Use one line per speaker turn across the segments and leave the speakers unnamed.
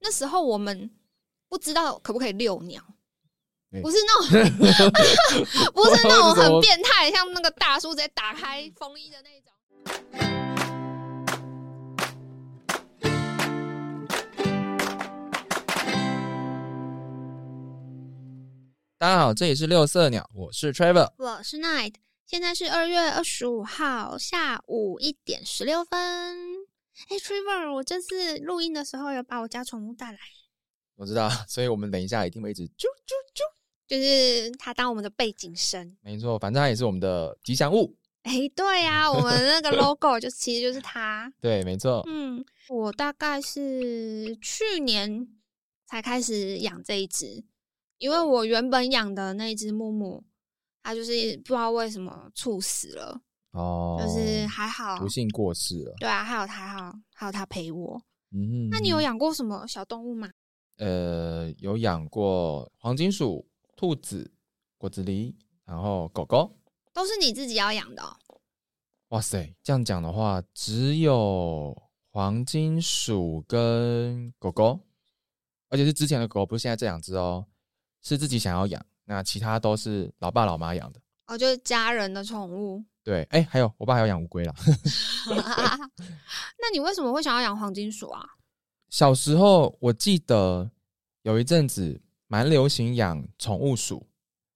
那时候我们不知道可不可以遛鸟
哎。
不是那种， 不是那种
这怎么
很变态，像那个大叔直接打开风衣的那种。
大家好，这里是六色鸟，我是 Trevor。
我是 Night，现在是二月二十五号下午一点十六分。哎、t r e v o r 我这次录音的时候有把我家宠物带来，
我知道， 所以我们等一下一定会一直啾啾啾。
就是它当我们的背景声。
没错，反正它也是我们的吉祥物。
哎、对呀、我们那 个 logo 就其实就是它。
对，没错。
嗯，我大概是去年才开始养这一只，因
哦
为我原本养的那一只木木，它就是不知道为什么猝死了，
哦，
就是还好，
不幸过世了。
对啊，还有它，还有还有它陪我。
嗯，
那你有养过什么小动物吗？
呃有养过黄金鼠、兔子、果子狸，然后狗狗。
都是你自己要养的、哦，
哇塞，这样讲的话，只有黄金鼠跟狗狗，而且是之前的狗，不是现在这两只哦，是自己想要养。那其他都是老爸老妈养的。
哦，就是家人的宠 物。
对，哎、还有我爸还有养乌龟啦。
那你为什么会想要养黄金鼠啊？
小时候我记得有一阵子蛮流行养宠物鼠，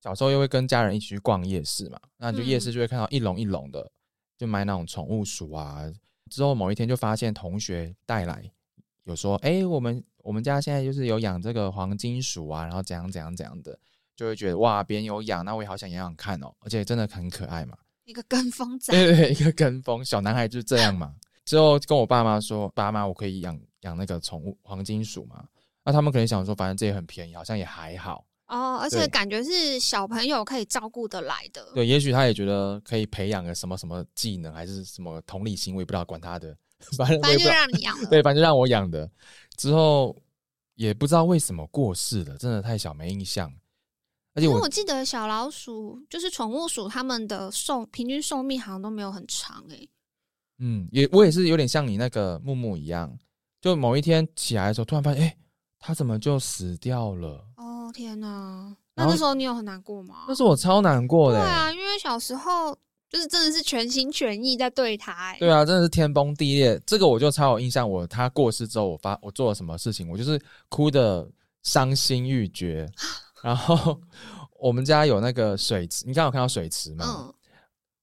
小时候又会跟家人一起去逛夜市嘛，那你就夜市就会看到一笼一笼的，就买那种宠物鼠啊。之后某一天就发现同学带来，有说：“哎、我们我们家现在就是有养这个黄金鼠啊，然后怎样怎样怎样的。”就会觉得哇，别人有养，那我也好想养养看哦，而且真的很可爱嘛。
一个跟风仔，
对对对，一个跟风小男孩就是这 样嘛。之后跟我爸妈说，爸妈，我可以养养那个宠物黄金鼠嘛？那他们可能想说，反正这也很便宜，好像也还好。
哦，而且
对
感觉是小朋友可以照顾得来的。
对，也许他也觉得可以培养个什么什么技能，还是什么同理心，我也不知道，管他的， 反正我
反正
也不
就
知道。
让你 养了。
对，反正让我养的。之后也不知道为什么过世了，真的太小没印象。而且
因为
我
我记得小老鼠就是宠物鼠，它们的寿平均寿命好像都没有很长欸诶、
嗯，也我也是有点像你那个木木一样，就某一天起来的时候，突然发现，哎、他怎么就死掉了？
哦天哪！那
然后
那时候你有很难过吗？
那是我超难过
对
的欸、
啊，因为小时候就是真的是全心全意在对它、欸。
对啊，真的是天崩地裂。这个我就超有印象，我他过世之后，我发我做了什么事情，我就是哭的伤心欲绝。
啊
然后我们家有那个水池，你刚刚有看到水池吗？
嗯，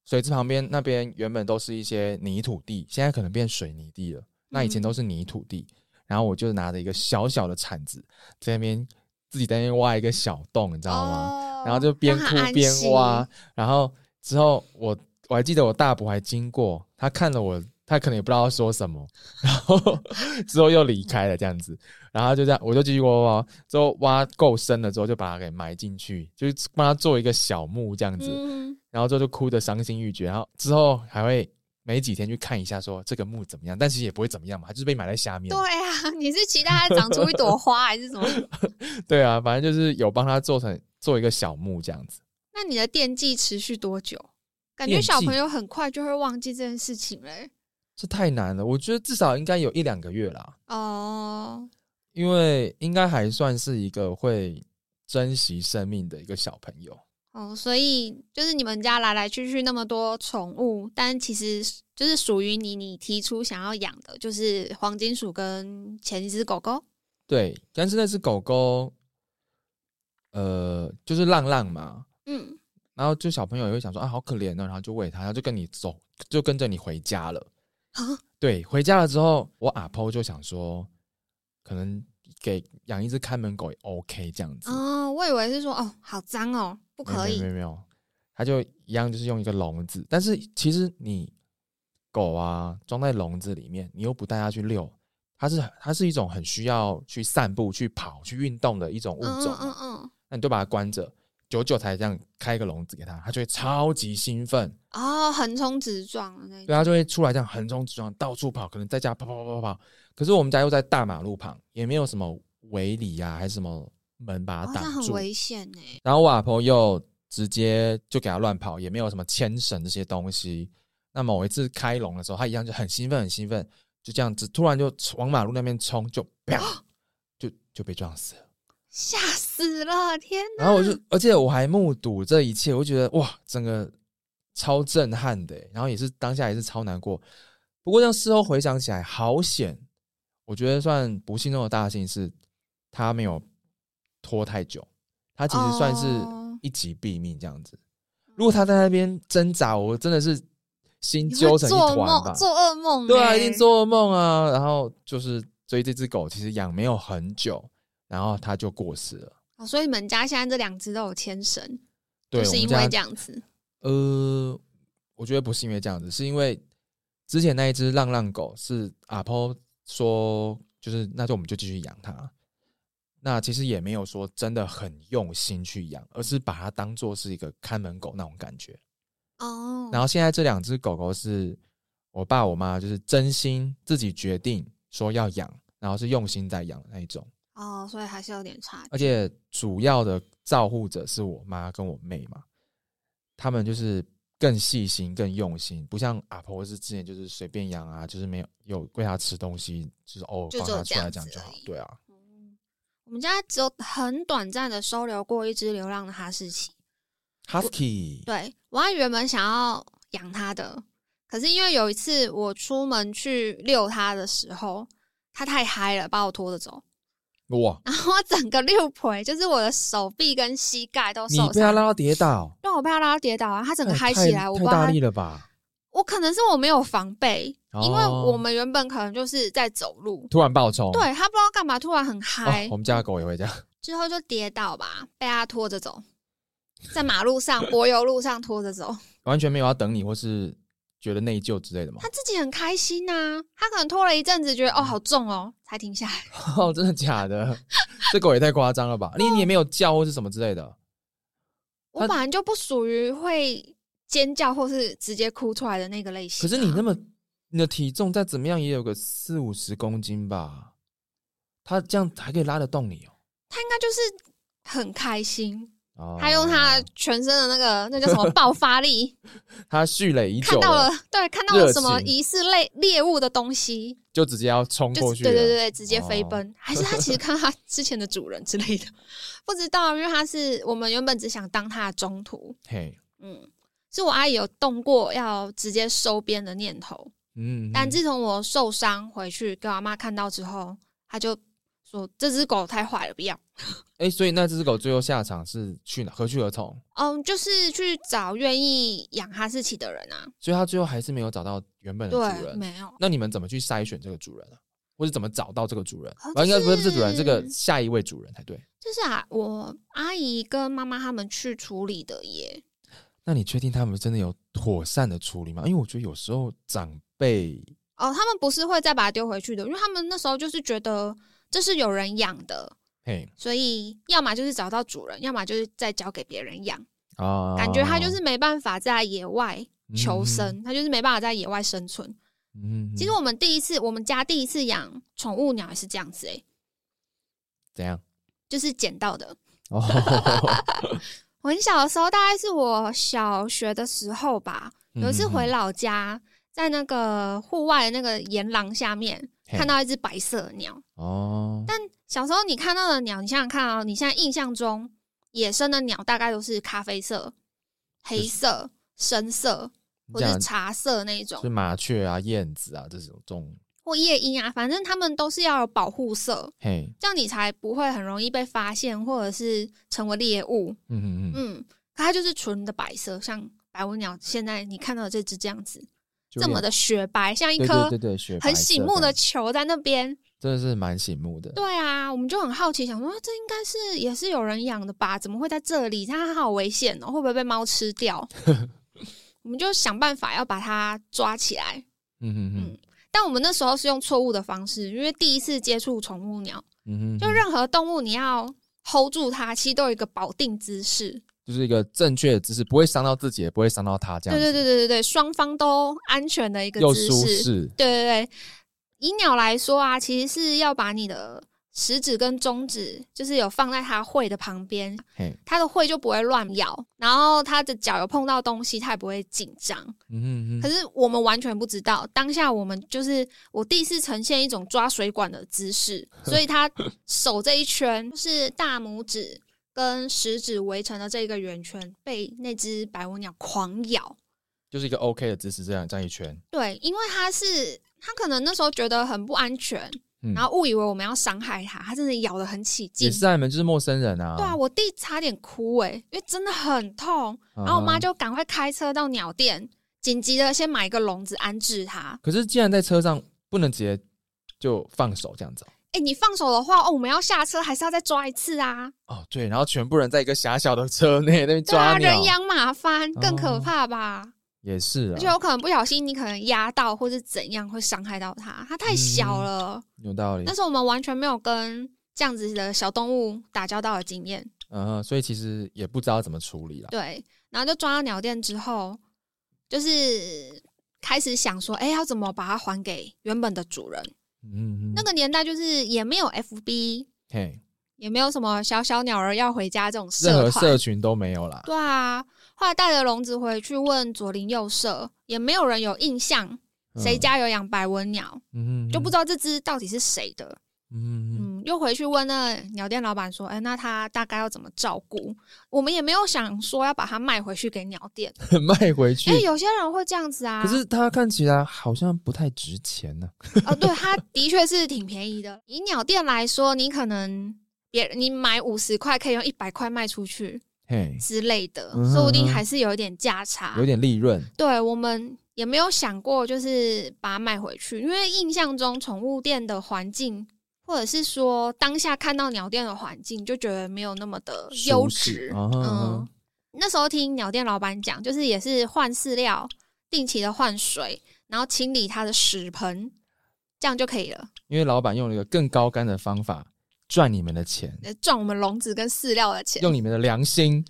水池旁边那边原本都是一些泥土地，现在可能变水泥地了。那以前
嗯
都是泥土地，然后我就拿着一个小小的铲子，在那边自己在那边挖一个小洞，你知
知
道吗？
哦、
然后就边
让
哭
它安
边
息
挖，，然后之后我我还记得我大伯还经过，他看了我，他可能也不知道说什么，然后 之后又离开了这样子，然后他就这样我就继续挖挖，挖，之后挖够深了之后就把它给埋进去，就是帮他做一个小墓这样子，
嗯，
然后之后就哭得伤心欲绝，然后之后还会没几天去看一下说这个墓怎么样，但其实也不会怎么样嘛，它就是被埋在下面
对，啊， 你是期待它长出一朵花还是什么？
对啊，反正就是有帮他做成做一个小墓这样子。
那你的惦记持续多久？感觉
惦
小
记
朋友很快就会忘记这件事情嘞、
这太难了，我觉得至少应该有一两个月啦。
哦，
因为应该还算是一个会珍惜生命的一个小朋友。
哦，所以就是你们家来来去去那么多宠物，但其实就是属于你，你提出想要养的，就是黄金鼠跟前一只狗狗。
对，但是那只狗狗，呃，就是浪浪嘛，
嗯，
然后就小朋友也会想说啊，好可怜哦，然后就喂它，它就跟你走，就跟着你回家了。
啊，
对，回家了之后，我阿婆就想说，可能给养一只看门狗也 OK 这样子。
哦，我以为是说哦，好脏哦，不
不
可
没有没有
以。
没有，它就一样，就是用一个笼子。但是其实你狗啊装在笼子里面，你又不带它去遛，它是它是一种很需要去散步、去跑、去运动的一种物
嗯
种啊
嗯
嘛。
嗯嗯，
那你就把它关着，久久才这样开一个笼子给它，它就会超级兴奋，
哦，横冲直撞的那
对，
种。
它就会出来这样横冲直撞，到处跑，可能在家跑跑跑跑跑。可是我们家又在大马路旁，也没有什么围篱呀，还是什么门啊
好
把它
像
挡
哦很
住。
危险呢。
然后我阿婆又直接就给他乱跑，也没有什么牵绳这些东西。那某一次开笼的时候，他一样就很兴奋，很兴奋，就这样子突然就往马路那边冲，就砰就就被撞死了。
吓死了！天哪！
然后我就，而且我还目睹这一切，我就觉得哇，整个超震撼的欸。然后也是当下也是超难过。不过这样事后回想起来，好险！我觉得算不幸中的大幸是，他没有拖太久，他其实算是
哦
一击毙命这样子。如果他在那边挣扎，我真的是心
你会
揪成一
做
团
梦
吧。
做噩梦欸，
对啊，一定做噩梦啊。然后就是，所以这只狗其实养没有很久，然后它就过世了。
哦。所以你们家现在这两只都有牵绳，
对，
就是
我们
因
家
为这样子。
呃，我觉得不是因为这样子，是因为之前那一只浪浪狗是阿婆说，就是那就我们就继续养它。那其实也没有说真的很用心去养，而是把它当做是一个看门狗那种感觉。
哦，
然后现在这两只狗狗是我爸我妈就是真心自己决定说要养，然后是用心在养的那一种，
哦，所以还是有点差距。
而且主要的照护者是我妈跟我妹嘛，他们就是更细心、更用心，不像阿婆是之前就是随便养啊，就是没有有喂它吃东西，就是偶尔
就
放
只有
它出
这
来
样
这样
子
就
而
好
已。
对啊，
嗯我们家只有很短暂的收留过一只流浪的哈士奇。
Husky，
对我还原本想要养它的，可是因为有一次我出门去遛它的时候，它太嗨了，把我拖着走，
哇，
然后我整个六腿，就是我的手臂跟膝盖都
你
受
被它
伤，
拉到跌倒，
让我被它拉到跌倒啊！它整个
那也
嗨
太
起来，我不知
太
道
大
它
力了吧？
我可能是我没有防备，因为
哦
我们原本可能就是在走路，
突然爆冲，
对它不知道干嘛突然很嗨、
哦，我们家的狗也会这样。
之后就跌倒吧，被他拖着走，在马路上、柏油路上拖着走。
完全没有要等你，或是觉得内疚之类的吗
他？自己很开心呐、他可能拖了一阵子，觉得哦好重哦，才停下来。
哦，真的假的？ 这狗也太夸张了吧！
啊
你你也没有叫或是什么之类的，
我本来就不属于会尖叫或是直接哭出来的那个类型
可
啊、
是你那么你的体重再怎么样也有个四五十公斤吧，它这样还可以拉得动你哦。
他应该就是很开心，
哦
他用他全身的那个那叫 什么爆发力，
它蓄累已久
看到了对，看到了什么
热情
疑似类猎物的东西，
就直接要冲
就
过
是
去
对
了。
对对，对直接飞
哦
奔，还是他 其实看到他之前的主人之类的，不知道，因为他是我们原本只想当他的中途，
嘿，
嗯，是我阿姨有动过要直接收编的念头，
嗯，嗯
但自从我受伤回去给我阿妈看到之后，她就说这只狗太坏了，不要，
哎、所以那只狗最后下场是去哪？何去何从？
嗯，就是去找愿意养哈士奇的人啊，
所以它最后还是没有找到原本的嗯主
对，
人。
没有，
那你们怎么去筛选这个主人啊？或是怎么找到这个主人？
好
啊，应该不是
就
主人，这
是
个下一位主人才对。
就是啊，我阿姨跟妈妈他们去处理的耶，
那你确定他们真的有妥善的处理吗？因为我觉得有时候长辈
哦，他们不是会再把它丢回去的，因为他们那时候就是觉得这是有人养的，
嘿
所以要么就是找到主人，要么就是再交给别人养。
啊，
感觉它就是没办法在野外求
嗯，
生，它就是没办法在野外生存。
嗯，
其实我们第一次，我们家第一次养宠物鸟也是这样子、欸，诶，
怎 样？
就是捡到的。
哦，
我很小的时候，大概是我小学的时候吧，有一次回
来
老家，在那个户外的那个岩廊下面，
嗯嘿
看到一只白色的鸟。
哦，但
小时候你看到的鸟，你想想看哦，你现在印象中野生的鸟大概都是咖啡色、黑色、深色或者是茶色那一
是
种，
麻雀啊、燕子啊这种这种，
或夜莺啊，反正它们都是要有保护色，
嘿，
这样你才不会很容易被发现或者是成为猎物。
嗯嗯嗯，
嗯，可它就是纯的白色，像白文鸟现在你看到的这只这样子，
就有
这么
点
的雪白，像一
对
颗
对对对，雪白
很醒目的
色
球在那边。
真的是蛮醒目的。
对啊，我们就很好奇，想说啊这应该是也是有人养的吧？怎么会在这里？它好危险哦，会不会被猫吃 掉？我们就想办法要把它抓起来。
嗯嗯嗯
嗯但我们那时候是用错误的方式，因为第一次接触宠物鸟，
嗯嗯，
就任何动物你要 hold 住它，其实都有一个保定姿势。
就是一个正确的姿势，不会伤到自己，也不会伤到它，这
对对
样子
对对对对，双方都安全的一个
又
姿
舒
势。
适，
对对对，以鸟来说啊，其实是要把你的食指跟中指就是有放在它喙的旁边，
嘿，
它的喙就不会乱咬，然后它的脚有碰到东西，它也不会紧张。
嗯
可
哼
是我们完全不知道，当下我们就是我第一次呈现一种抓水管的姿 势，所以他手这一圈就是大拇指跟食指围成的这个圆圈，被那只白文鸟狂咬。
就是一个 OK 的姿势，这样这样一圈，
对，因为它是它可能那时候觉得很不安全，
嗯
然后误以为我们要伤害它，它真的咬得很起
也
劲。
是啊，你们就是陌生人啊，
对啊，我弟差点哭诶、因为真的很痛。
嗯，
然后我妈就赶快开车到鸟店，紧急的先买一个笼子安置它。
可是既然在车上不能直接就放手这样子啊
哎、你放手的话，哦，我们要下车，还是要再抓一次啊？
哦，哦对，然后全部人在一个狭小的车内那边
对
抓
啊，
鸟，
人仰马翻，更可
哦
怕吧？
也是
而且
啊，
有可能不小心，你可能压到或是怎样，会伤害到它。它太小了，
有道理
那，时候我们完全没有跟这样子的小动物打交道的经验。
嗯哼，所以其实也不知道怎么处理啦，
对，然后就抓到鸟店之后，就是开始想说，哎、要怎么把它还给原本的主人？
嗯哼，
那个年代就是也没有 FB，
嘿，
也没有什么小小鸟儿要回家这种社
任何
团
社。群都没有啦，
对啊，后来带着笼子回去问左邻右舍，也没有人有印象谁
嗯，
家有养白文鸟，
嗯哼
就不知道这只到底是谁的。
嗯哼，
嗯，又回去问那鸟店老板说：“哎、那它大概要怎么照顾？”我们也没有想说要把它卖回去给鸟 店。
嗯哼卖回去
哎、，有些人会这样子啊。
可是它看起来好像不太值钱呢，
哦，对，它的确是挺便宜的。以鸟店来说，你可能别你买五十块可以用一百块卖出去
嘿，
之类的，
嗯哼
说不定
嗯哼
还是有一点价差。
有点利润，
对我们也没有想过，就是把它卖回去，因为印象中宠物店的环境，或者是说当下看到鸟店的环境，就觉得没有那么的优
舒适
质。
啊哈
嗯，那时候听鸟店老板讲，就是也是换饲料，定期的换水，然后清理它的屎盆，这样就可以了。
因为老板用了一个更高干的方法赚你们的钱，
呃赚我们笼子跟饲料的钱，
用你们的良心。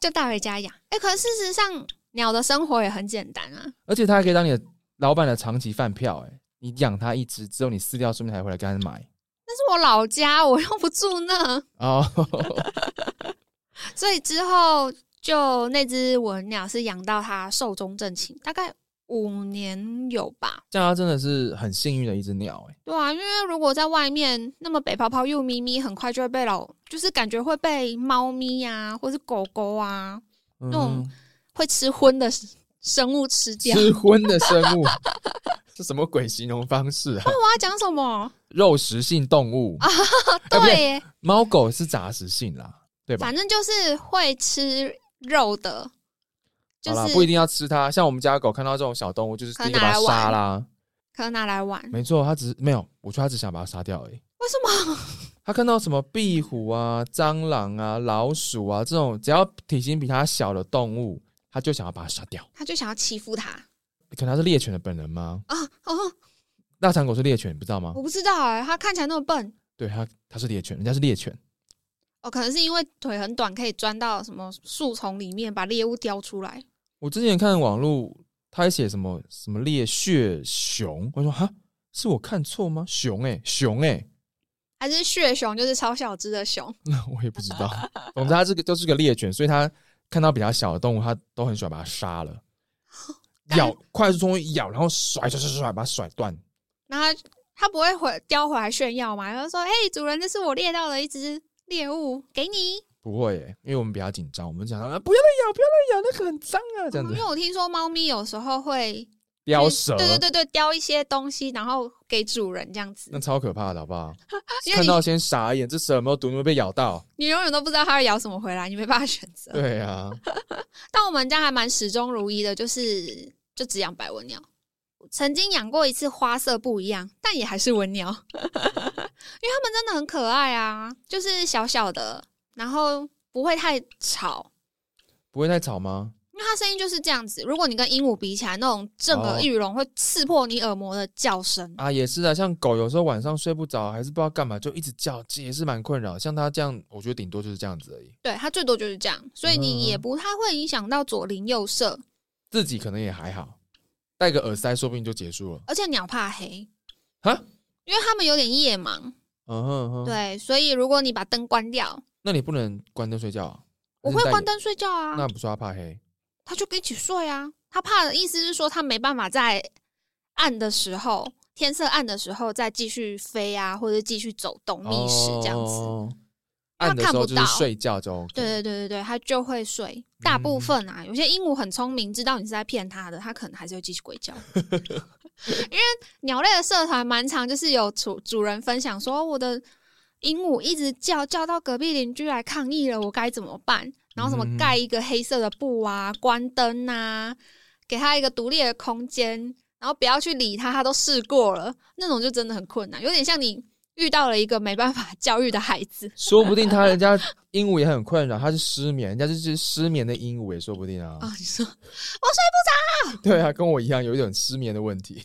就带回家养。哎、可是事实上，鸟的生活也很简单啊。
而且他还可以当你的老板的长期饭票、欸，你养它一只，之后你饲料顺便还回来跟他买
那是我老家，我又不住那。
哦，
所以之后就那只文鸟是养到它寿终正寝，大概五年有吧。
这样它真的是很幸运的一只鸟、欸，
对啊，因为如果在外面，那么北泡泡又咪咪，很快就会被老，就是感觉会被猫咪啊，或是狗狗啊，
嗯
种会吃荤的生物吃掉。
吃荤的生物， 这什么鬼形容方式啊？
我要讲什么？
肉食性动物啊，哎不
对
对
耶，
猫狗是杂食性啦，对吧？
反正就是会吃肉的，就
好啦，
是
不一定要吃它。像我们家的狗看到这种小动物，就是第一个把它杀啦。
可能拿来玩。
没错，它只是没有，我觉得它只想把它杀掉而已。
为什么？
他看到什么壁虎啊、蟑螂啊、老鼠啊这种只要体型比它小的动物，他就想要把它杀掉。
他就想要欺负它
可能它是猎犬的本能吗？
啊！哦，
腊肠狗是猎犬，你不知道吗
我？不知道哎、它看起来那么笨，
对，它它是猎犬，人家是猎犬。
哦，可能是因为腿很短，可以钻到什么树丛里面把猎物叼出来。
我之前看网络，他还写什么什么猎血熊，我说哈，是我看错吗？熊哎、熊哎、
还是血熊，就是超小只的熊。
那我也不知道。总之，它这个就是个猎犬，所以它看到比较小的动物，它都很喜欢把它杀 了，咬，快速冲咬，然后甩甩甩甩，把它甩断。
然后它它不会回叼回来炫耀嘛？然后说：“嘿，主人，这是我猎到的一只猎物，给你。
不会耶，因为我们比较紧张，我们讲啊，不要再咬，不要再咬，那个很脏啊，这样
因
子
为我听说猫咪有时候会
叼
就是
蛇，
哦对对对对，叼一些东西，然后给主人这样子
那。超可怕的，好不好？
因为
看
你
到先傻眼，这蛇有没有毒？有没有被咬 到？
你永远都不知道它会咬什么回来，你没办法选择。
对啊，
但我们家还蛮始终如一的，就是就只养白文鸟。曾经养过一次花色不一样，但也还是文鸟，因为 它们真的很可爱啊，就是小小的，然后不会太吵，
不会太吵吗？
因为它声音就是这样子。如果你跟鹦鹉比起来，那种震
哦
耳欲聋、会刺破你耳膜的叫声，
啊，也是啊，像狗有时候晚上睡不着，还是不知道干嘛，就一直叫，这也是蛮困扰。像它这样，我觉得顶多就是这样子而已，
对它最多就是这样，所以你
嗯
也不太会影响到左邻右舍，
自己可能也还好，戴个耳塞说不定就结束了。
而且鸟怕黑，
哈，
因为他们有点夜盲，
嗯哼哼，。
对，所以如果你把灯关掉，
那你不能关灯睡觉啊？
我
还
会
是戴
关
眼，嗯
灯睡觉啊
那，不是他怕黑？
他就跟一起睡啊。他怕的意思是说，他没办法在暗的时候，天色暗的时候再继续飞啊，或者继续走动觅食这样子。
哦
因为他
暗的时候
看
就是
不到
睡觉就 OK。
对对对对对，他就会睡。大部
嗯
分啊，有些鹦鹉很聪明，知道你是在骗它的，它可能还是会继续鬼叫。 因为鸟类的社团蛮常，就是有主主人分享说，我的鹦鹉一直叫，叫到隔壁邻居来抗议了，我该怎么办？然后什么
嗯
盖一个黑色的布啊，关灯啊，给它一个独立的空间，然后不要去理它，它都试过了，那种就真的很困难，有点像你遇到了一个没办法教育的孩子。
说不定他人家鹦鹉也很困扰，他是失眠，人家就是失眠的鹦鹉也说不定啊。
啊，你说
对啊，跟我一样有一种失眠的问题。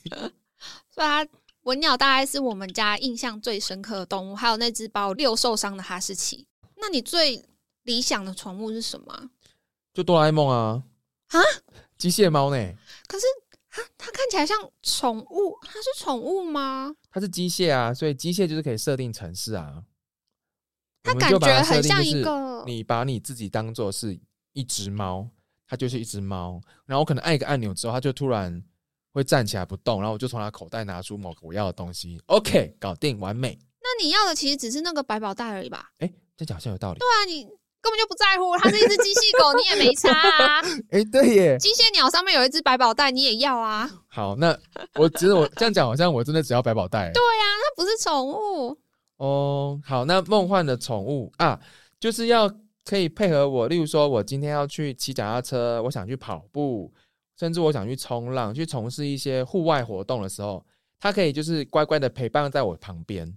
所以它文鸟大概是我们家印象最深刻的动物，还有那只把我遛受伤的哈士奇。那你最理想的宠物是什么啊？
就哆啦 A 梦啊，
啊，
机械猫呢？
可是它它看起来像宠物，它是宠物吗？
它是机械啊，所以机械就是可以设定城市啊。
它
我们
感
就把
觉
它设
很
定
像
就
一
是
个，
你把你自己当做是一只猫，它就是一只猫。然后我可能按一个按钮之后，它就突然会站起来不动，然后我就从它口袋拿出某个我要的东西。OK，搞定，完美。
那你要的其实只是那个百宝袋而已吧？
哎，这讲好像有道理。
对啊，你根本就不在乎，它是一只机器狗，你也没差啊。
哎，对耶。
机械鸟上面有一只百宝袋，你也要啊？
好，那我只是我这样讲，好像我真的只要百宝袋。
对啊，它不是宠物。
哦，好，那梦幻的宠物啊，就是要可以配合我，例如说我今天要去骑脚踏车，我想去跑步，甚至我想去冲浪，去从事一些户外活动的时候，它可以就是乖乖的陪伴在我旁边。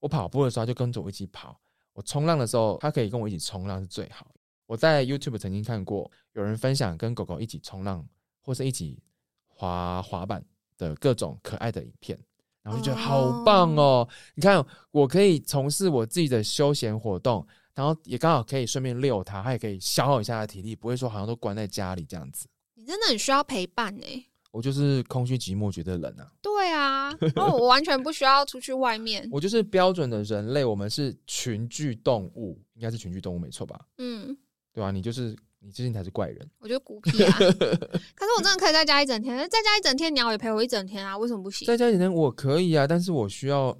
我跑步的时候，它就跟着我一起跑；我冲浪的时候，它可以跟我一起冲浪是最好的。我在 YouTube 曾经看过有人分享跟狗狗一起冲浪或是一起滑滑板的各种可爱的影片，然后就觉得好棒哦！你看，我可以从事我自己的休闲活动，然后也刚好可以顺便遛它，它也可以消耗一下它的体力，不会说好像都关在家里这样子。
你真的很需要陪伴呢、
我就是空虚寂寞觉得冷啊，
对啊，然后我完全不需要出去外面。
我就是标准的人类，我们是群居动物，应该是群居动物没错吧？
嗯，
对吧、啊？你就是你最近才是怪人，
我觉得孤 僻啊。可是我真的可以在家一整天，在家一整天，鸟也陪我一整天啊，为什么不行？
在家里面我可以啊，但是我需要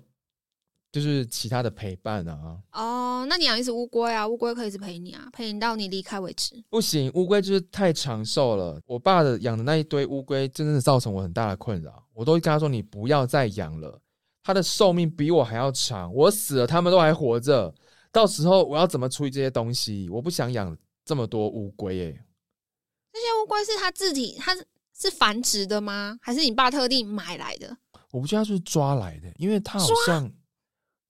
就是其他的陪伴啊。
哦，那你养一只乌龟啊，乌龟可以一直陪你啊，陪你到你离开为止。
不行，乌龟就是太长寿了。我爸的养的那一堆乌龟，真的造成我很大的困扰。我都跟他说，你不要再养了，它的寿命比我还要长。我死了，他们都还活着，到时候我要怎么处理这些东西？我不想养这么多乌龟欸耶。
这些乌龟是它自己，它是是繁殖的吗？还是你爸特地买来的？
我不知道它是抓来的，因为它好像，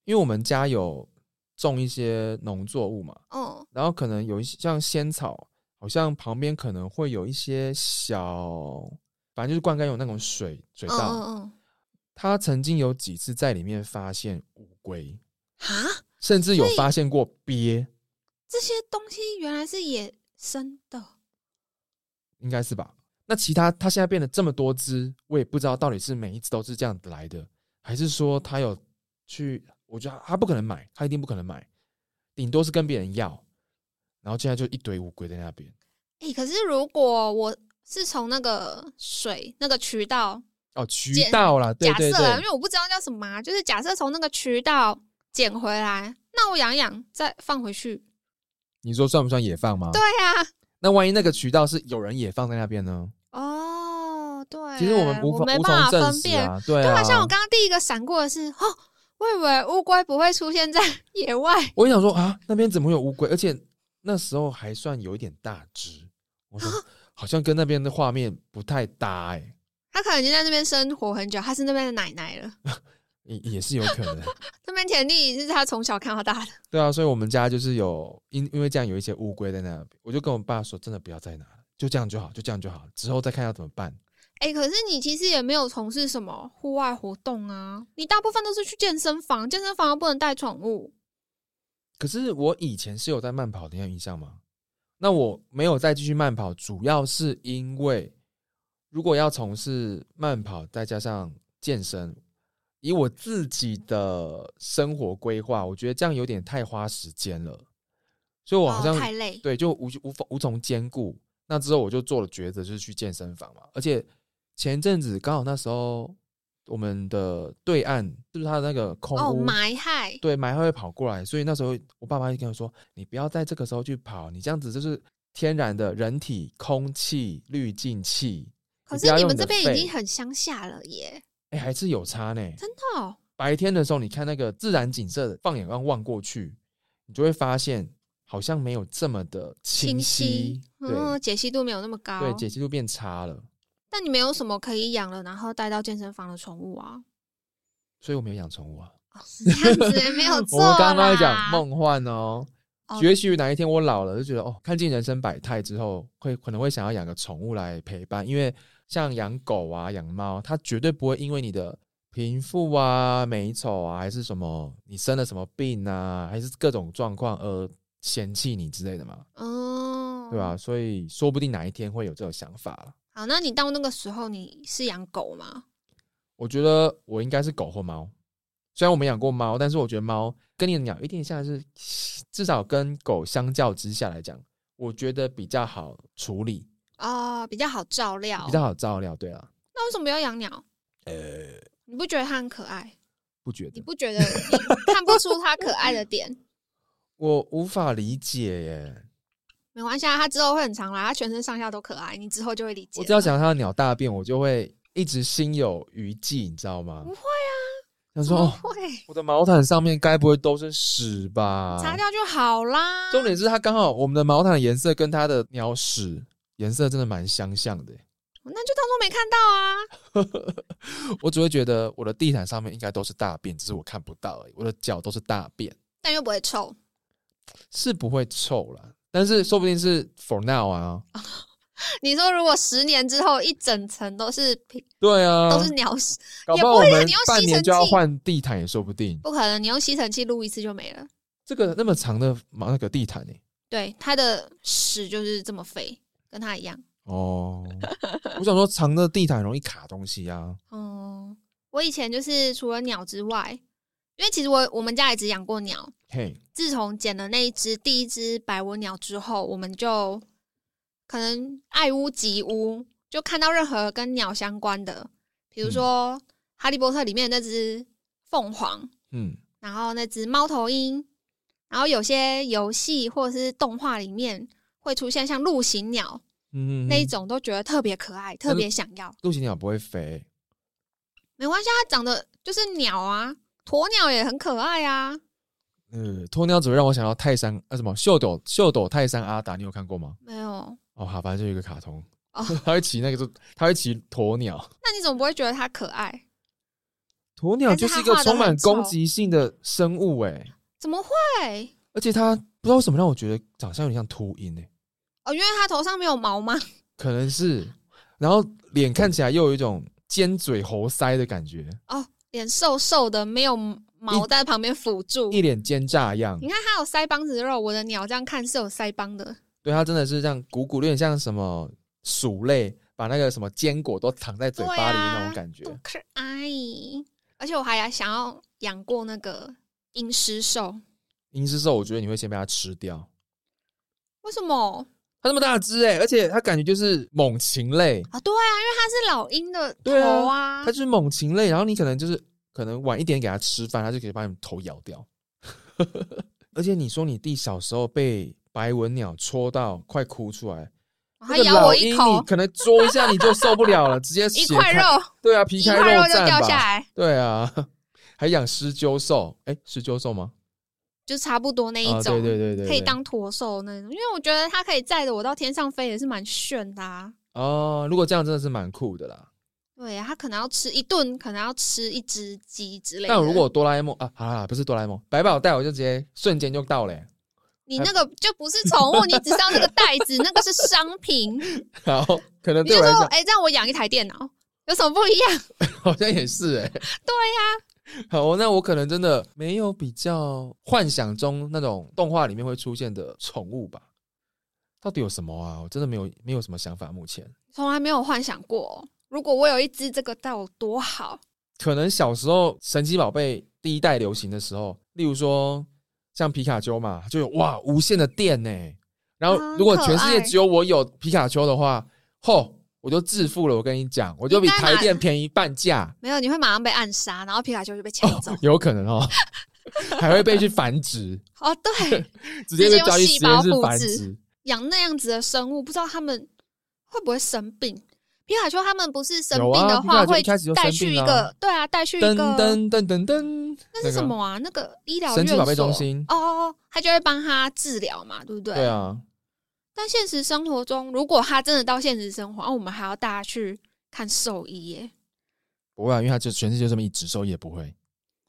因为我们家有种一些农作物嘛，
哦，
然后可能有一些像仙草，好像旁边可能会有一些小，反正就是灌溉用那种水水
嗯
稻。
嗯嗯，
他曾经有几次在里面发现乌龟，
啊，
甚至有发现过鳖，
这些东西原来是野生的，
应该是吧？那其他它现在变得这么多只，我也不知道到底是每一只都是这样来的，还是说他有去？我觉得他不可能买，他一定不可能买，顶多是跟别人要。然后现在就一堆乌龟在那边。
诶、可是如果我是从那个水那个渠道
哦，渠
捡
道啦，对
假
对
设啊啦，因
对，
为我不知道叫什么、啊，就是假设从那个渠道捡回来，那我养一养再放回去。
你说算不算野放吗？
对呀、
那万一那个渠道是有人也放在那边呢？
哦，对，
其实我们无
我
法
没
无
办
从
法
证
分
实
辨。
啊，对
就
啊。
好像我刚刚第一个闪过的是，哦，我以为乌龟不会出 现在野外，
我想说啊，那边怎么会有乌龟？而且那时候还算有一点大只，我说好像跟那边的画面不太搭、欸，哎，
它可能已经在那边生活很久，它是那边的奶奶了。
也也是有可能。
那边田地是它从小看到大的。
对啊，所以我们家就是有因因为这样有一些乌龟在那边，我就跟我爸说，真的不要再拿了，就这样就好，就这样就好，之后再看要怎么办。
哎、可是你其实也没有从事什么户外活动啊，你大部分都是去健身房，健身房又不能带宠物。
可是我以前是有在慢跑的，你有印象吗？那我没有再继续慢跑，主要是因为如果要从事慢跑，再加上健身，以我自己的生活规划，我觉得这样有点太花时间了，所以我好像、
哦、太累，
对就无无法无从兼顾。那之后我就做了抉择，就是去健身房嘛。而且前阵子刚好那时候我们的对岸就是他的那个空
哦，
屋，
埋害，
对霾会跑过来，所以那时候我爸妈就跟我说：“你不要在这个时候去跑，你这样子就是天然的人体空气滤净器。”
可
不
是
要
你
用
们
你
这
的
边
肺
已经很乡下了耶，
哎、还是有差呢。
真的、哦。
白天的时候，你看那个自然景色，放眼望望过去，你就会发现好像没有这么的清
晰
晰，，
嗯，解析度没有那么高。
对对，解析度变差了，
但你没有什么可以养了，然后带到健身房的宠物 啊，
所以我没有养宠物啊。
哦是这样子也没有
我
错。
们刚刚都在讲，梦幻哦，
哦
也许哪一天我老了，就觉得哦，看尽人生百态之后，会可能会想要养个宠物来陪伴，因为像养狗啊、养猫，它绝对不会因为你的贫富啊、美丑啊，还是什么你生了什么病啊，还是各种状况而嫌弃你之类的嘛，
哦，
对吧、？啊所以说不定哪一天会有这种想法了。
好，那你到那个时候你是养狗吗？
我觉得我应该是狗或猫。虽然我没养过猫，但是我觉得猫跟你的鸟一定像是，至少跟狗相较之下来讲，我觉得比较好处理，
哦，比较好照料。
比较好照料。对啊，
那为什么要养鸟？
呃，
你不觉得它很可爱？
不觉
你
得，
不觉得你看不出它可爱的点？
我无法理解耶。
没关系啊，它之后会很常来，它全身上下都可爱，你之后就会理解了。
我只要想到它的鸟大便，我就会一直心有余悸，你知道吗
不？会啊
想
怎
说，
么
哦，
会
我的毛毯上面该不会都是屎吧？
擦掉就好啦。
重点是它刚好我们的毛毯的颜色跟它的鸟屎颜色真的蛮相像的耶。
那就当做没看到啊。
我只会觉得我的地毯上面应该都是大便，只是我看不到而已。我的脚都是大便，
但又不会臭。
是不会臭啦，但是说不定是 for now
哦
啊，
你说如果十年之后一整层都是平
对啊，
都是鸟屎，
搞不好我
也不会啊
们
你用吸
半年
尘
就要
器
换地毯也说不定。
不可能，你用吸尘器撸一次就没了。
这个那么长的毛那个地毯呢、
对，它的屎就是这么肥，跟它一样。
哦，我想说长的地毯容易卡东西啊，
哦、我以前就是除了鸟之外，因为其实我我们家也只养过鸟。
嘿，
自从捡了那一只第一只白纹鸟之后，我们就可能爱屋及乌，就看到任何跟鸟相关的，比如说《哈利波特》里面的那只凤凰，
嗯，
然后那只猫头鹰，然后有些游戏或者是动画里面会出现像陆行鸟、
嗯
那一种，都觉得特别可爱，特别想要。
陆行鸟不会飞，
没关系啊，它长得就是鸟啊，鸵鸟也很可爱啊。
呃，鸵鸟只会让我想到泰山呃什么秀斗秀斗泰山阿达，你有看过吗？
没有，
哦，好，反正就有一个卡通，
哦
他会骑那个就他会骑鸵鸟。
那你怎么不会觉得它可爱？
鸵鸟就是一个充满攻击性的生物、欸，
怎么会？
而且它不知道为什么让我觉得长相有点像秃鹰、欸，
哦，因为它头上没有毛吗？
可能是，然后脸看起来又有一种尖嘴猴腮的感觉，
脸瘦瘦的，没有毛在旁边辅助。
一脸奸诈样
你，看它有腮帮子肉，我的鸟这样看是有腮帮的。
对，它真的是这样鼓鼓，有点像什么鼠类，把那个什么坚果都躺在嘴巴里
对
的
啊
那种感觉，
多可爱！哎而且我还想要养过那个阴狮兽，
阴狮兽，我觉得你会先被它吃掉。
为什么
它那么大只哎、欸而且它感觉就是猛禽类，
啊？对啊，因为它是老鹰的头
对啊
啊
它就是猛禽类，然后你可能就是可能晚一点给它吃饭，它就可以把你头咬 掉。而且你说你弟小时候被白纹鸟戳到快哭出来，
它
那个
咬
老
我一
鹰你
口，
可能啄一下你就受不了了，直接
一
血
块
开
肉，
对啊，皮
一
开
块肉就
绽
掉
吧
下来，
对啊，还养狮鹫兽，哎、狮鹫兽吗？
就差不多那一
啊，
种，
对对对对，
可以
对
当驼兽那种。因为我觉得它可以载着我到天上飞，也是蛮炫的啊。
哦。如果这样真的是蛮酷的啦。
对啊，它可能要吃一顿，可能要吃一只鸡之类的。
但如果哆啦 A 梦啊，好啦，不是哆啦 A 梦，百宝袋我就直接瞬间就到嘞、
你那个就不是宠物，你只是要那个袋 子，那个是商品。
好，可能
你就
对我来
说
讲，
哎、让我养一台电脑，有什么不一样？
好像也是 哎、
对
呀、好，那我可能真的没有比较幻想中那种动画里面会出现的宠物吧。到底有什么啊？我真的没有没有什么想法。目前
从来没有幻想过，如果我有一只这个该有多好。
可能小时候神奇宝贝第一代流行的时候，例如说像皮卡丘嘛，就有哇无限的电呢、然后
啊
如果
很可
全世界
爱
只有我有皮卡丘的话，吼，我就致富了。我跟你讲，我就比
应该买
台电便宜半价，
没有，你会马上被暗杀，然后皮卡丘就被抢走。
有可能 哦，还会被去繁殖，
哦，对，
直接被抓去实验室繁
直接用细
殖。
养那样子的生物，不知道他们会不会生病。皮卡丘他们不是生
有
病
啊
的
皮
话，
卡丘
会
一开始就
带
生
去
病
一
了啊
个，对啊，带去一
噔
个，
噔噔噔噔，
那是什么啊？那个医疗
神奇
院
宝贝
所
中心
哦哦哦，他就会帮他治疗嘛，对不对？
对。啊，
但现实生活中，如果他真的到现实生活，哦我们还要带他去看兽医耶。
不会啊，因为它就全世界就这么一只，兽医也不会。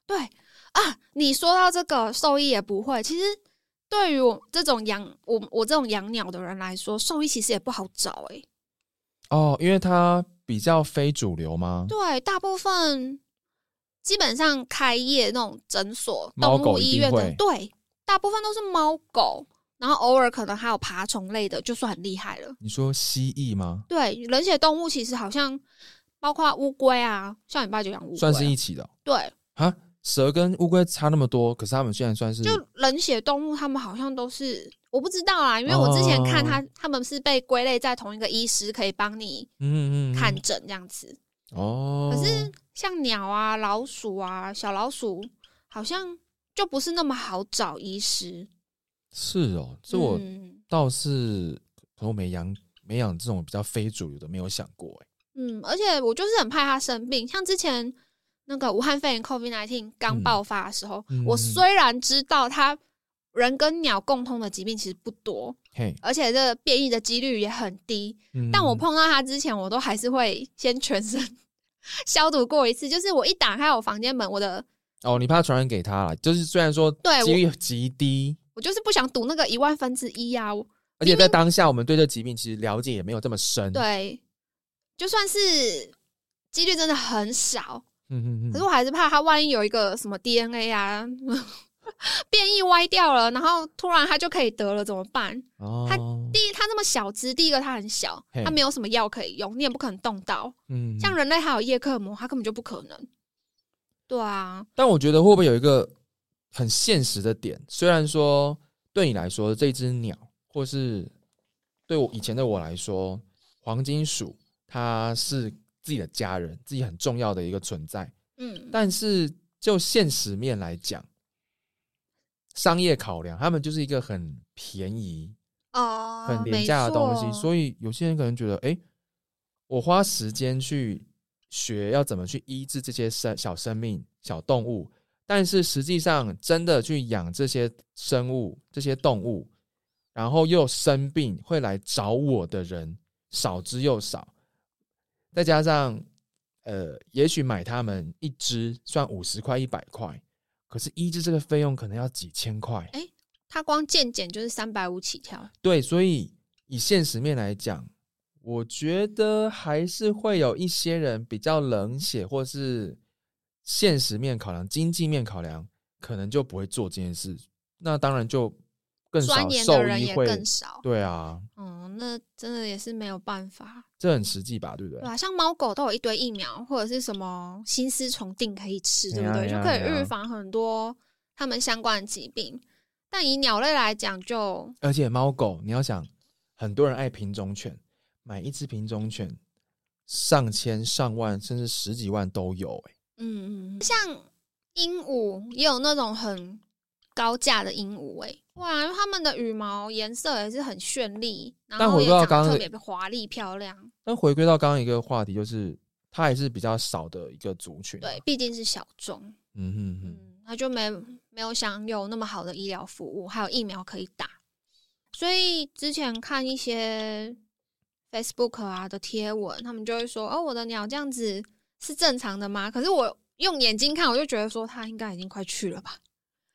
对啊，你说到这个兽医也不会，其实对于我这种养我我这种养鸟的人来说，兽医其实也不好找哎。
哦，因为它比较非主流吗？
对，大部分基本上开业那种诊所、
猫
动
狗
物
一
医
定
院的
会，
对，大部分都是猫狗，然后偶尔可能还有爬虫类的，就算很厉害了。
你说蜥蜴吗？
对，冷血动物其实好像包括乌龟啊，像你爸就养乌龟啊，
算是一起的哦
对，
啊？蛇跟乌龟差那么多，可是它们竟然算是
就冷血动物，它们好像都是我不知道啦，因为我之前看
哦
它，它们是被归类在同一个医师可以帮你
嗯嗯嗯
看诊这样子。
哦。
可是像鸟啊、老鼠啊、小老鼠，好像就不是那么好找医师。
是哦，这我
嗯
倒是可能我没养没养这种比较非主流的，没有想过哎。
嗯，而且我就是很怕它生病，像之前那个武汉肺炎 COVID-19 刚
嗯
爆发的时候，
嗯
我
嗯
虽然知道它人跟鸟共通的疾病其实不多，
欸嘿，
而且这变异的几率也很低，
嗯
但我碰到它之前，我都还是会先全身 消毒过一次，就是我一打开我房间门，我的
哦，你怕传染给它了，就是虽然说
对
几率极低，
我就是不想赌那个一万分之一啊，我
而且在当下我们对这疾病其实了解也没有这么深。，
对，就算是几率真的很少，
嗯嗯
可是
嗯，
我还是怕它万一有一个什么 DNA 啊 变异歪掉了，然后突然它就可以得了怎么办？它
哦，
第一，它那么小只，第一个它很小
嘿，
它没有什么药可以用，你也不可能动到。
嗯
像人类还有叶克膜，它根本就不可能。对啊，
但我觉得会不会有一个很现实的点？虽然说对你来说，这只鸟，或是对我以前的我来说，黄金鼠它是自己的家人，自己很重要的一个存在。
嗯，
但是就现实面来讲，商业考量，他们就是一个很便宜、
哦，
很廉价的东西，
以
所以有些人可能觉得，哎、我花时间去学要怎么去医治这些生小生命、小动物，但是实际上真的去养这些生物、这些动物，然后又生病会来找我的人少之又少，再加上呃，也许买它们一只算五十块、一百块，可是医治这个费用可能要几千块。
它光健检就是三百五起跳。
对，所以以现实面来讲，我觉得还是会有一些人比较冷血，或是现实面考量、经济面考量，可能就不会做这件事。那当然就更
钻
少
研
受
的人
益
也
会。
更少，
对啊，
嗯，那真的也是没有办法，
这很实际吧？对不对
对？啊，像猫狗都有一堆疫苗或者是什么心丝虫定可以吃，对不
哎
对？
呀
就可
哎
以
呀
预防很多它们相关的疾病。但以鸟类来讲，就
而且猫狗，你要想，很多人爱品种犬，买一只品种犬，上千、上万，甚至十几万都有、欸。
嗯嗯，嗯像鹦鹉也有那种很高价的鹦鹉、欸，哎，哇，因为它们的羽毛颜色也是很绚丽，然
但
后
回
也
归到
长
刚
得
刚
特
的
别华丽漂亮。
但回归到刚刚一个话题，就是它还是比较少的一个族群、啊
对，，毕竟是小众。
嗯哼哼。
嗯，他就没没有享有那么好的医疗服务，还有疫苗可以打。所以之前看一些 Facebook 啊的贴文，他们就会说：“哦，我的鸟这样子是正常的吗？”可是我用眼睛看，我就觉得说它应该已经快去了吧，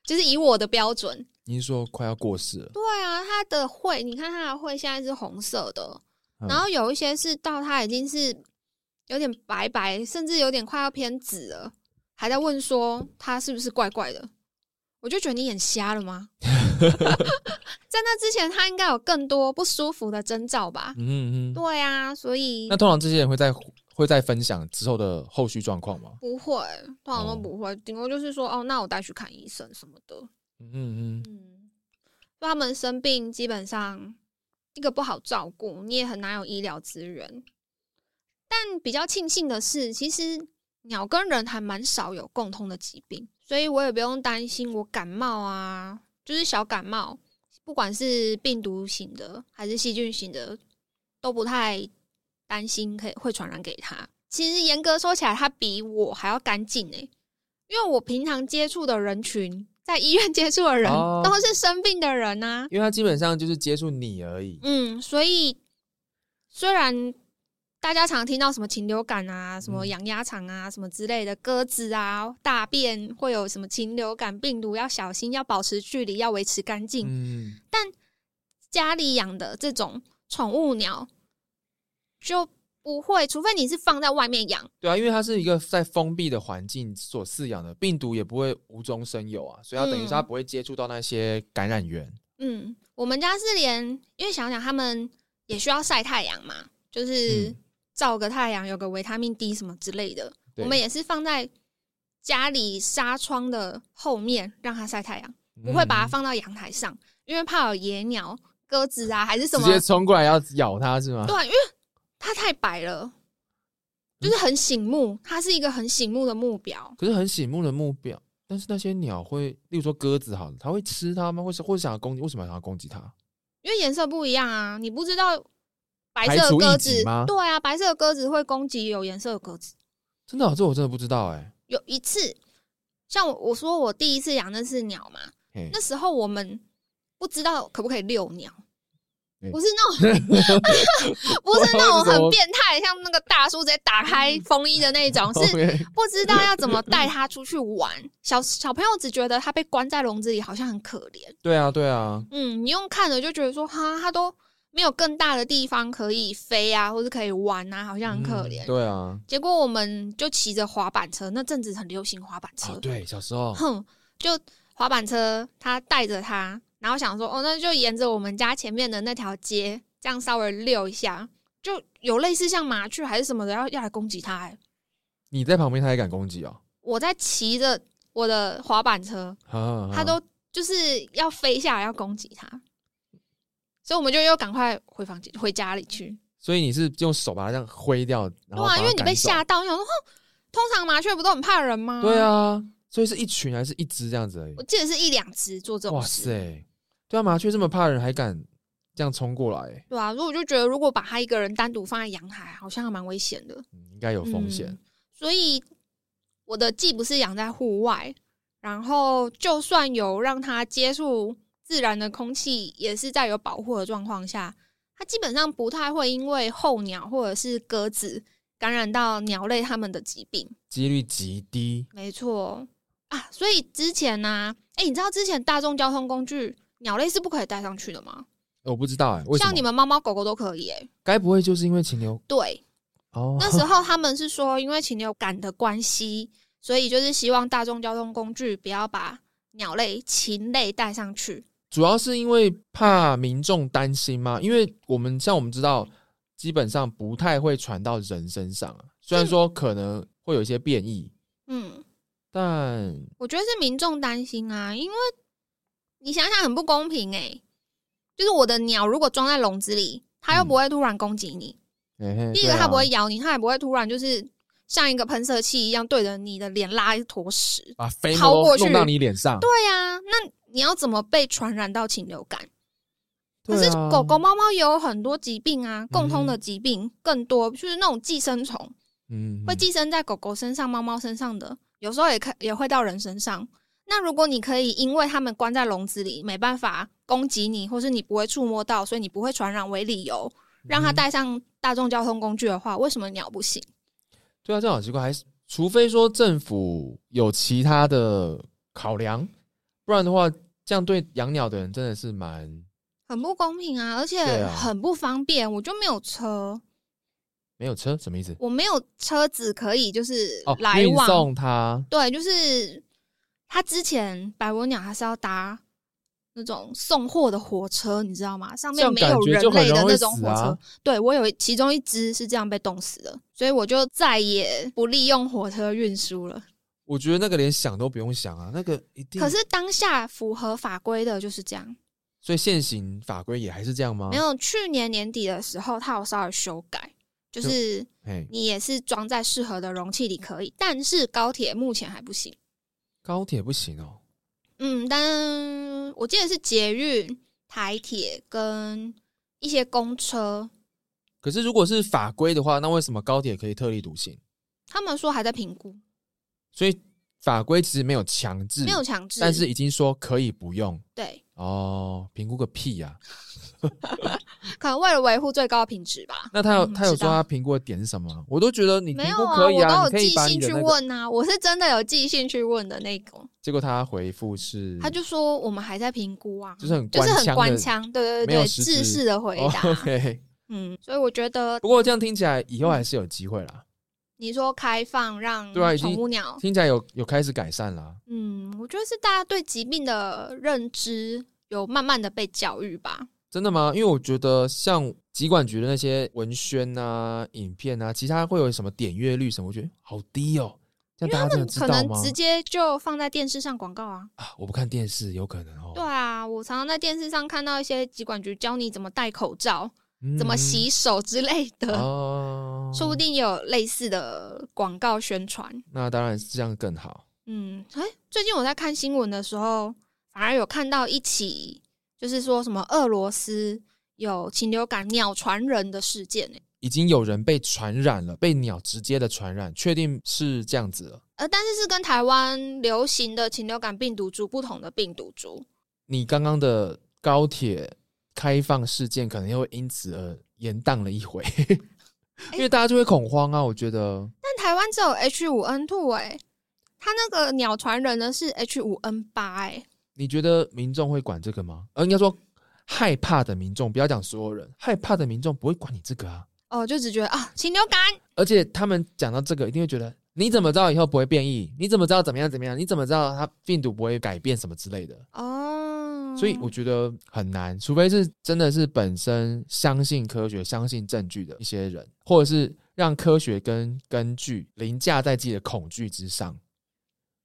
就是以我的标准。
您说快要过世了，
对啊，它的喙，你看它的喙现在是红色的，
嗯
然后有一些是到它已经是有点白白，甚至有点快要偏紫了，还在问说它是不是怪怪的。我就觉得你眼瞎了吗？ 在那之前，它应该有更多不舒服的征兆吧？
嗯嗯嗯。
对啊，所以
那通常这些人会在会再分享之后的后续状况吗？
不会，通常都
哦
不会，顶多就是说哦，那我带去看医生什么的。
嗯
嗯，
嗯
就他们生病基本上一个不好照顾，你也很难有医疗资源。但比较庆幸的是，其实鸟跟人还蛮少有共通的疾病，所以我也不用担心我感冒啊，就是小感冒，不管是病毒型的还是细菌型的，都不太担心可以会传染给他。其实严格说起来，他比我还要干净诶，因为我平常接触的人群，在医院接触的人、
哦
都是生病的人啊，
因为他基本上就是接触你而已。
嗯，所以虽然大家常听到什么禽流感啊、什么
嗯
养鸭场啊、什么之类的，鸽子啊、大便会有什么禽流感病毒，要小心，要保持距离，要维持干净。
嗯，
家里养的这种宠物鸟就不会，除非你是放在外面养。
对啊，因为它是一个在封闭的环境所饲养的，病毒也不会无中生有啊，所以它等于是它
嗯
不会接触到那些感染源。
嗯，我们家是连，因为想想他们也需要晒太阳嘛，就是
嗯
照个太阳，有个维他命 D 什么之类的。
对
我们也是放在家里纱窗的后面让它晒太阳，
嗯
不会把它放到阳台上，因为怕有野鸟、鸽子啊还是什
嗯
么
直。接冲过来要咬它是吗？
对，啊因为它太白了，就是很醒目，它是一个很醒目的目标。
可是很醒目的目标，但是那些鸟会，例如说鸽子好了，它会吃它吗？或是或者想要攻击？为什么想要攻击它？
因为颜色不一样啊，你不知道白
排
色的
除
鸽
异己
子
吗，
对啊，白色的鸽子会攻击有颜色的鸽子。
真的哦、这我真的不知道哎、
有一次，像我我说我第一次养那是鸟嘛，
嘿
那时候我们不知道可不可以遛鸟，
嗯
不是那种不是那种很变态，像那个大叔直接打开风衣的那种， 是
OK，
不知道要怎么带它出去玩。小小朋友只觉得它被关在笼子里好像很可怜，
对啊，对啊，
嗯，你用看的就觉得说哈，它都没有更大的地方可以飞啊，或是可以玩啊，好像很可怜。
嗯对啊，
结果我们就骑着滑板车，那阵子很流行滑板车，
哦，对，小时候，
哼，就滑板车，他带着他，然后想说，哦，那就沿着我们家前面的那条街，这样稍微溜一下，就有类似像麻雀还是什么的，要要来攻击他、欸。
你在旁边，它也敢攻击哦，
我在骑着我的滑板车，
啊
他都就是要飞下来要攻击他，所以我们就又赶快回房间回家里去。
所以你是用手把它这样挥掉，然
对
后
啊，
把它
因为你被
赶走
吓，到，你想说，哼通常麻雀不都很怕人吗？
对，啊，所以是一群还是一只这样子而已
我？记得是一两只做这种
哇
事。
塞，对啊，麻雀这么怕人，还敢这样冲过来，
对啊，如果就觉得如果把他一个人单独放在阳台，好像还蛮危险的，
嗯应该有风险
嗯。所以我的既不是养在户外，然后就算有让它接触自然的空气，也是在有保护的状况下，它基本上不太会因为候鸟或者是鸽子感染到鸟类它们的疾病。
几率极低。
没错啊，所以之前呢、哎、你知道之前大众交通工具鸟类是不可以带上去的吗？
我不知道哎、为什
像你
么？
们猫猫狗狗都可以、哎，
该不会就是因为禽流
对，
哦？
那时候他们是说，因为禽流感的关系，所以就是希望大众交通工具不要把鸟类、禽类带上去。
主要是因为怕民众担心吗？因为我们像我们知道，基本上不太会传到人身上啊。虽然说可能会有一些变异，
嗯，
但
我觉得是民众担心啊，因为你想想很不公平诶、就是我的鸟如果装在笼子里，它又不会突然攻击你。
嘿嘿
第一
嗯对
个，
啊
它不会咬你，它也不会突然就是像一个喷射器一样对着你的脸拉一坨屎。
把飞
逃
沫
过去
弄到你脸上。
对呀、那你要怎么被传染到禽流感？可
对
是
啊
狗狗、猫猫也有很多疾病啊，共通的疾病更多，就是那种寄生虫
嗯
会寄生在狗狗身上、猫猫身上的，有时候也可也会到人身上。那如果你可以因为它们关在笼子里，没办法攻击你，或是你不会触摸到，所以你不会传染为理由，让它
嗯
带上大众交通工具的话，为什么鸟不行？
对啊，这样好奇怪，还是除非说政府有其他的考量，不然的话，这样对养鸟的人真的是蛮
很不公平啊，而且
对啊
很不方便。我就没有车，
没有车什么意思？
我没有车子可以就是
哦，
来
运
往
送它
对，就是他之前百文鸟还是要搭那种送货的火车，你知道吗？上
这
面
样
没有
感觉
人
就很
类的
容易
那种
死
火车。
啊
对我有其中一只是这样被冻死的，所以我就再也不利用火车运输了。
我觉得那个连想都不用想啊，那个一定。
可是当下符合法规的就是这样。
所以现行法规也还是这样
啊
吗？
没，有，去年年底的时候，它有稍微修改，就
就是哎，
你也是装在适合的容器里可以，但是高铁目前还不行。
高铁不行哦。
嗯，但我记得是捷运、台铁跟一些公车，
可是如果是法规的话，那为什么高铁可以特立独行？
他们说还在评估，
所以法规其实没有强制，
没有强制，
嗯但是已经说可以不用
对，
哦，评估个屁呀、
可能为了维护最高的品质吧。
那他有、
嗯
他有
知道
说他评估的点是什么？我都觉得你评
没有啊
估可以啊
我都有
你可
寄
以把你
信
的
去
那个。
问啊，我是真的有寄信去问的那种，
结果他回复是，
他就说我们还在评估啊，
嗯就是很
就是
腔
很
的
官腔，啊对对
没
对
有
对，
实
制
质
式的回
哦
答，
OK，
嗯，所以我觉得
不过这样听起来以后还是有机会啦，
你说开放让
对啊已经
宠物鸟，
听起来有有开始改善啦。
嗯，我觉得是大家对疾病的认知有慢慢的被教育吧。
真的吗？因为我觉得像疾管局的那些文宣啊、影片啊，其他会有什么点阅率什么，我觉得好低哦。这样大家真的知
可
道
能
吗？
直接就放在电视上广告啊。
啊，我不看电视，有可能哦。
对啊，我常常在电视上看到一些疾管局教你怎么戴口罩、
嗯
怎么洗手之类的，
哦，
说不定也有类似的广告宣传。
那当然是这样更好。
嗯，哎、最近我在看新闻的时候，反而有看到一起，就是说什么俄罗斯有禽流感鸟传人的事件、欸，
已经有人被传染了，被鸟直接的传染，确定是这样子了。
呃，但是是跟台湾流行的禽流感病毒株不同的病毒株。
你刚刚的高铁开放事件，可能又会因此而延宕了一回，
哎
因为大家就会恐慌啊。我觉得
但台湾只有 H 五 N 2哎，它那个鸟传人的是 H 五 N 8哎、
你觉得民众会管这个吗？呃，应该说害怕的民众，不要讲所有人，害怕的民众不会管你这个啊。
哦，就只觉得啊，禽流感，
而且他们讲到这个，一定会觉得你怎么知道以后不会变异？你怎么知道怎么样怎么样？你怎么知道它病毒不会改变什么之类的？
哦，
所以我觉得很难，除非是真的是本身相信科学、相信证据的一些人，或者是让科学跟根据凌驾在自己的恐惧之上。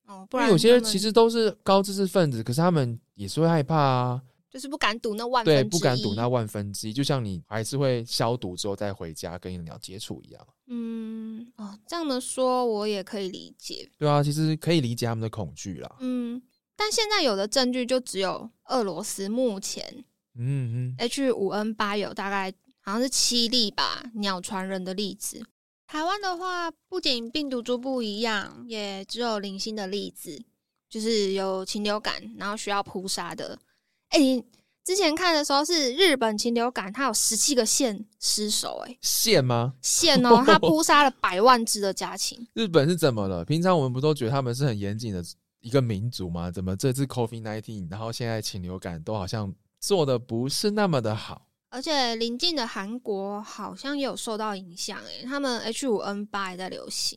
哦，不
因为
然
有些
他
人
们
其实都是高知识分子，可是他们也是会害怕啊，
就是不敢赌那万分
对，
之一
不敢赌那万分之一，就像你还是会消毒之后再回家跟鸟接触一样。
嗯，哦，这样的说我也可以理解，
对啊，其实可以理解他们的恐惧啦。
嗯，但现在有的证据就只有俄罗斯目前
嗯嗯，
H 五 N 八有大概好像是七例吧，鸟传人的例子。台湾的话，不仅病毒株不一样，也只有零星的例子，就是有禽流感，然后需要扑杀的。哎、之前看的时候是日本禽流感，它有十七个县失守、欸，哎，
线吗？
县哦，它扑杀了百万只的家禽。
日本是怎么了？平常我们不都觉得他们是很严谨的一个民族吗？怎么这次 COVID nineteen，然后现在禽流感都好像做的不是那么的好？
而且邻近的韩国好像也有受到影响，哎，他们 H 五 N 八也在流行。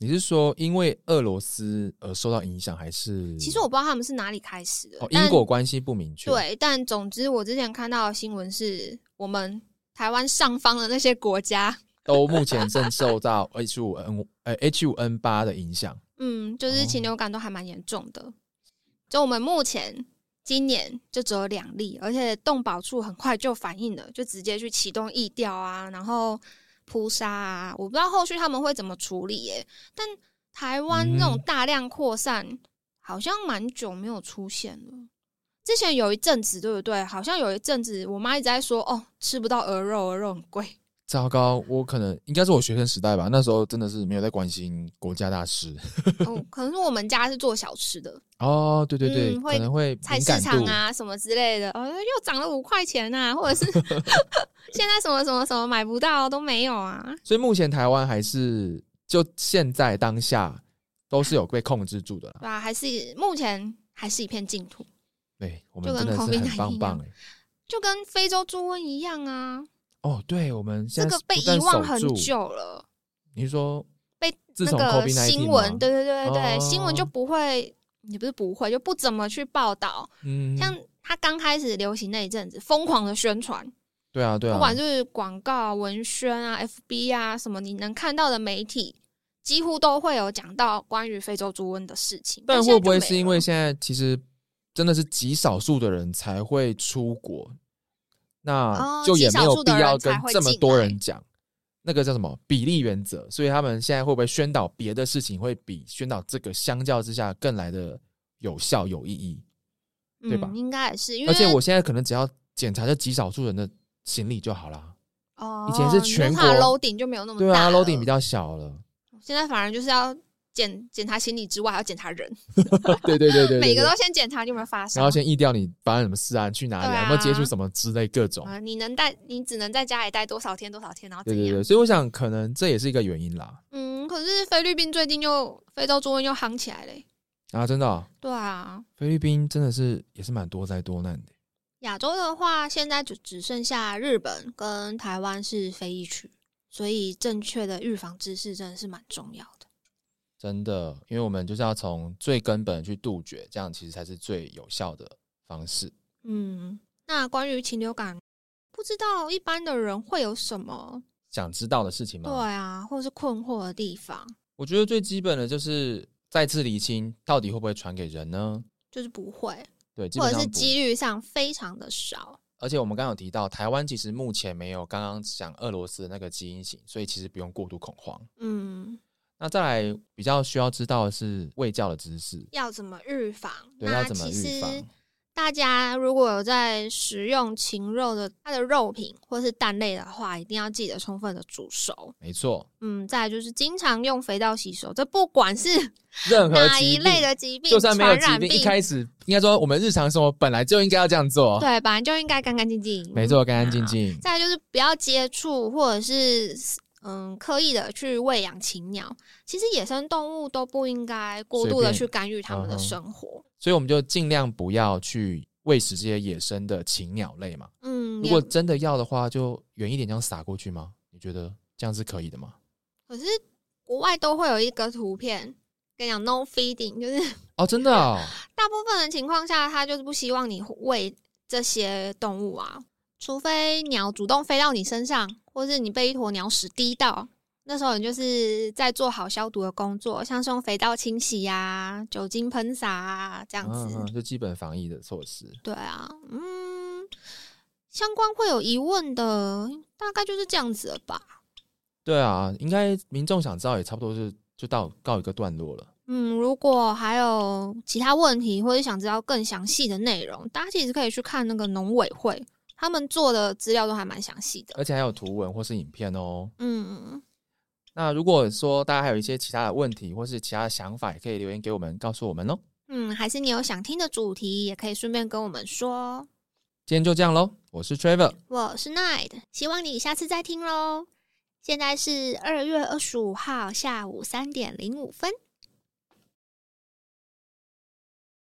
你是说因为俄罗斯而受到影响，还是
其实我不知道他们是哪里开始的，
哦
但
因果关系不明确？，
对，但总之我之前看到的新闻是我们台湾上方的那些国家，
都目前正受到 H 五 N 呃 H 五 N 八的影响。
嗯，就是禽
哦
流感都还蛮严重的。就我们目前今年就只有两例，而且动保处很快就反应了，就直接去启动疫调啊，然后扑杀啊，我不知道后续他们会怎么处理耶、但台湾那种
嗯
大量扩散，好像蛮久没有出现了。之前有一阵子，对不对？好像有一阵子，我妈一直在说，哦，吃不到鹅肉，鹅肉很贵。
糟糕，我可能应该是我学生时代吧，那时候真的是没有在关心国家大事。
哦，可能是我们家是做小吃的，
哦，对对对，
嗯会
可能会
菜
敏
市
感
场
度。
啊什么之类的，哦，又涨了五块钱啊，或者 是现在什么什么什么买不到都没有啊。
所以目前台湾还是就现在当下都是有被控制住的啦。
对啊，还是目前还是一片净土，
对我们
就
真
跟
的是很棒棒哎、
就跟非洲猪瘟一样啊，
哦，对，我们
这
现在
个被
不但
遗忘
守
很
住。
久了。
你是说
被
自
那
从
个
COVID-19
新
吗
闻，对对对对对，
哦
新闻就不会，也不是不会，就不怎么去报道。
嗯，
像它刚开始流行那一阵子，疯狂的宣传，
对啊，对啊，
不管是广告、啊、文宣啊、FB 啊什么，你能看到的媒体，几乎都会有讲到关于非洲猪瘟的事情。
但
现在
会不会
就没
是因
了
为现在其实真的是极少数的人才会出国，那
哦
就也没有必要
极少数的
跟
人才会
这么多人讲。那个叫什么比例原则，所以他们现在会不会宣导别的事情，会比宣导这个相较之下更来的有效有意义？对吧
嗯、应该也是，因为
而且我现在可能只要检查这极少数人的行李就好啦。
哦，
以前是全国
你说它的 loading 就没有那么
对啊
大了
，loading 比较小 了。
现在反而就是要检检查行李之外，还要检查人，
对对对对对
每个
对
都先检查你有没有发烧，
然后先疫掉你发生什么事啊，你去哪里、
对
啊，
啊
有没有接触什么之类各种。
啊，你能待，你只能在家里待多少天多少天，然后怎
对
样？
对对，所以我想可能这也是一个原因啦。
嗯，可是菲律宾最近又非洲猪瘟又夯起来嘞、
啊，真的哦、
对啊，
菲律宾真的是也是蛮多灾多难的。
亚洲的话，现在就只剩下日本跟台湾是非疫区，所以正确的预防知识真的是蛮重要的。
真的，因为我们就是要从最根本去杜绝，这样其实才是最有效的方式。
嗯，那关于禽流感，不知道一般的人会有什么
想知道的事情吗？
对啊，或是困惑的地方，
我觉得最基本的就是再次厘清，到底会不会传给人呢？
就是不会，
对，基
或
本
者
上
是
不
几率上非常的少。
而且我们刚刚有提到，台湾其实目前没有刚刚讲俄罗斯的那个基因型，所以其实不用过度恐慌。
嗯，
那再来比较需要知道的是卫教的知识，
要怎么预防？
对，
那
要怎么
其实
预防？
大家如果有在食用禽肉的它的肉品或是蛋类的话，一定要记得充分的煮熟。
没错，
嗯，再来就是经常用肥皂洗手，这不管 是
任何
哪一
疾病
类的疾病，
就算没有疾
传染
病，一
病，
开始应该说我们日常生活本来就应该要这样做，
对，嗯本来就应该干干净净。
没。错，干干净净。
再来就是不要接触或者是嗯刻意的去喂养禽鸟，其实野生动物都不应该过度的去
随便
干预它们
嗯
的
哼
生活。
所以我们就尽量不要去喂食这些野生的禽鸟类嘛。
嗯，
如
也
果真的要的话，就远一点这样撒过去吗？你觉得这样是可以的吗？
可是国外都会有一个图片跟你讲 “no feeding”，就是
哦，真的哦，
大部分的情况下，他就是不希望你喂这些动物啊，除非鸟主动飞到你身上，或是你被一坨鸟屎滴到。那时候你就是在做好消毒的工作，像是用肥皂清洗呀、酒精喷洒啊这样子。
嗯嗯，就基本防疫的措施。
对啊，嗯，相关会有疑问的，大概就是这样子了吧。
对啊，应该民众想知道也差不多是就到告一个段落了。
嗯，如果还有其他问题，或者想知道更详细的内容，大家其实可以去看那个农委会，他们做的资料都还蛮详细的。
而且还有图文或是影片哦。
嗯，
那如果说大家还有一些其他的问题或是其他的想法，也可以留言给我们，告诉我们哦。
嗯，还是你有想听的主题，也可以顺便跟我们说。
今天就这样喽，我是 Trevor，
我是 Night，希望你下次再听喽。现在是二月二十五号下午三点零五分，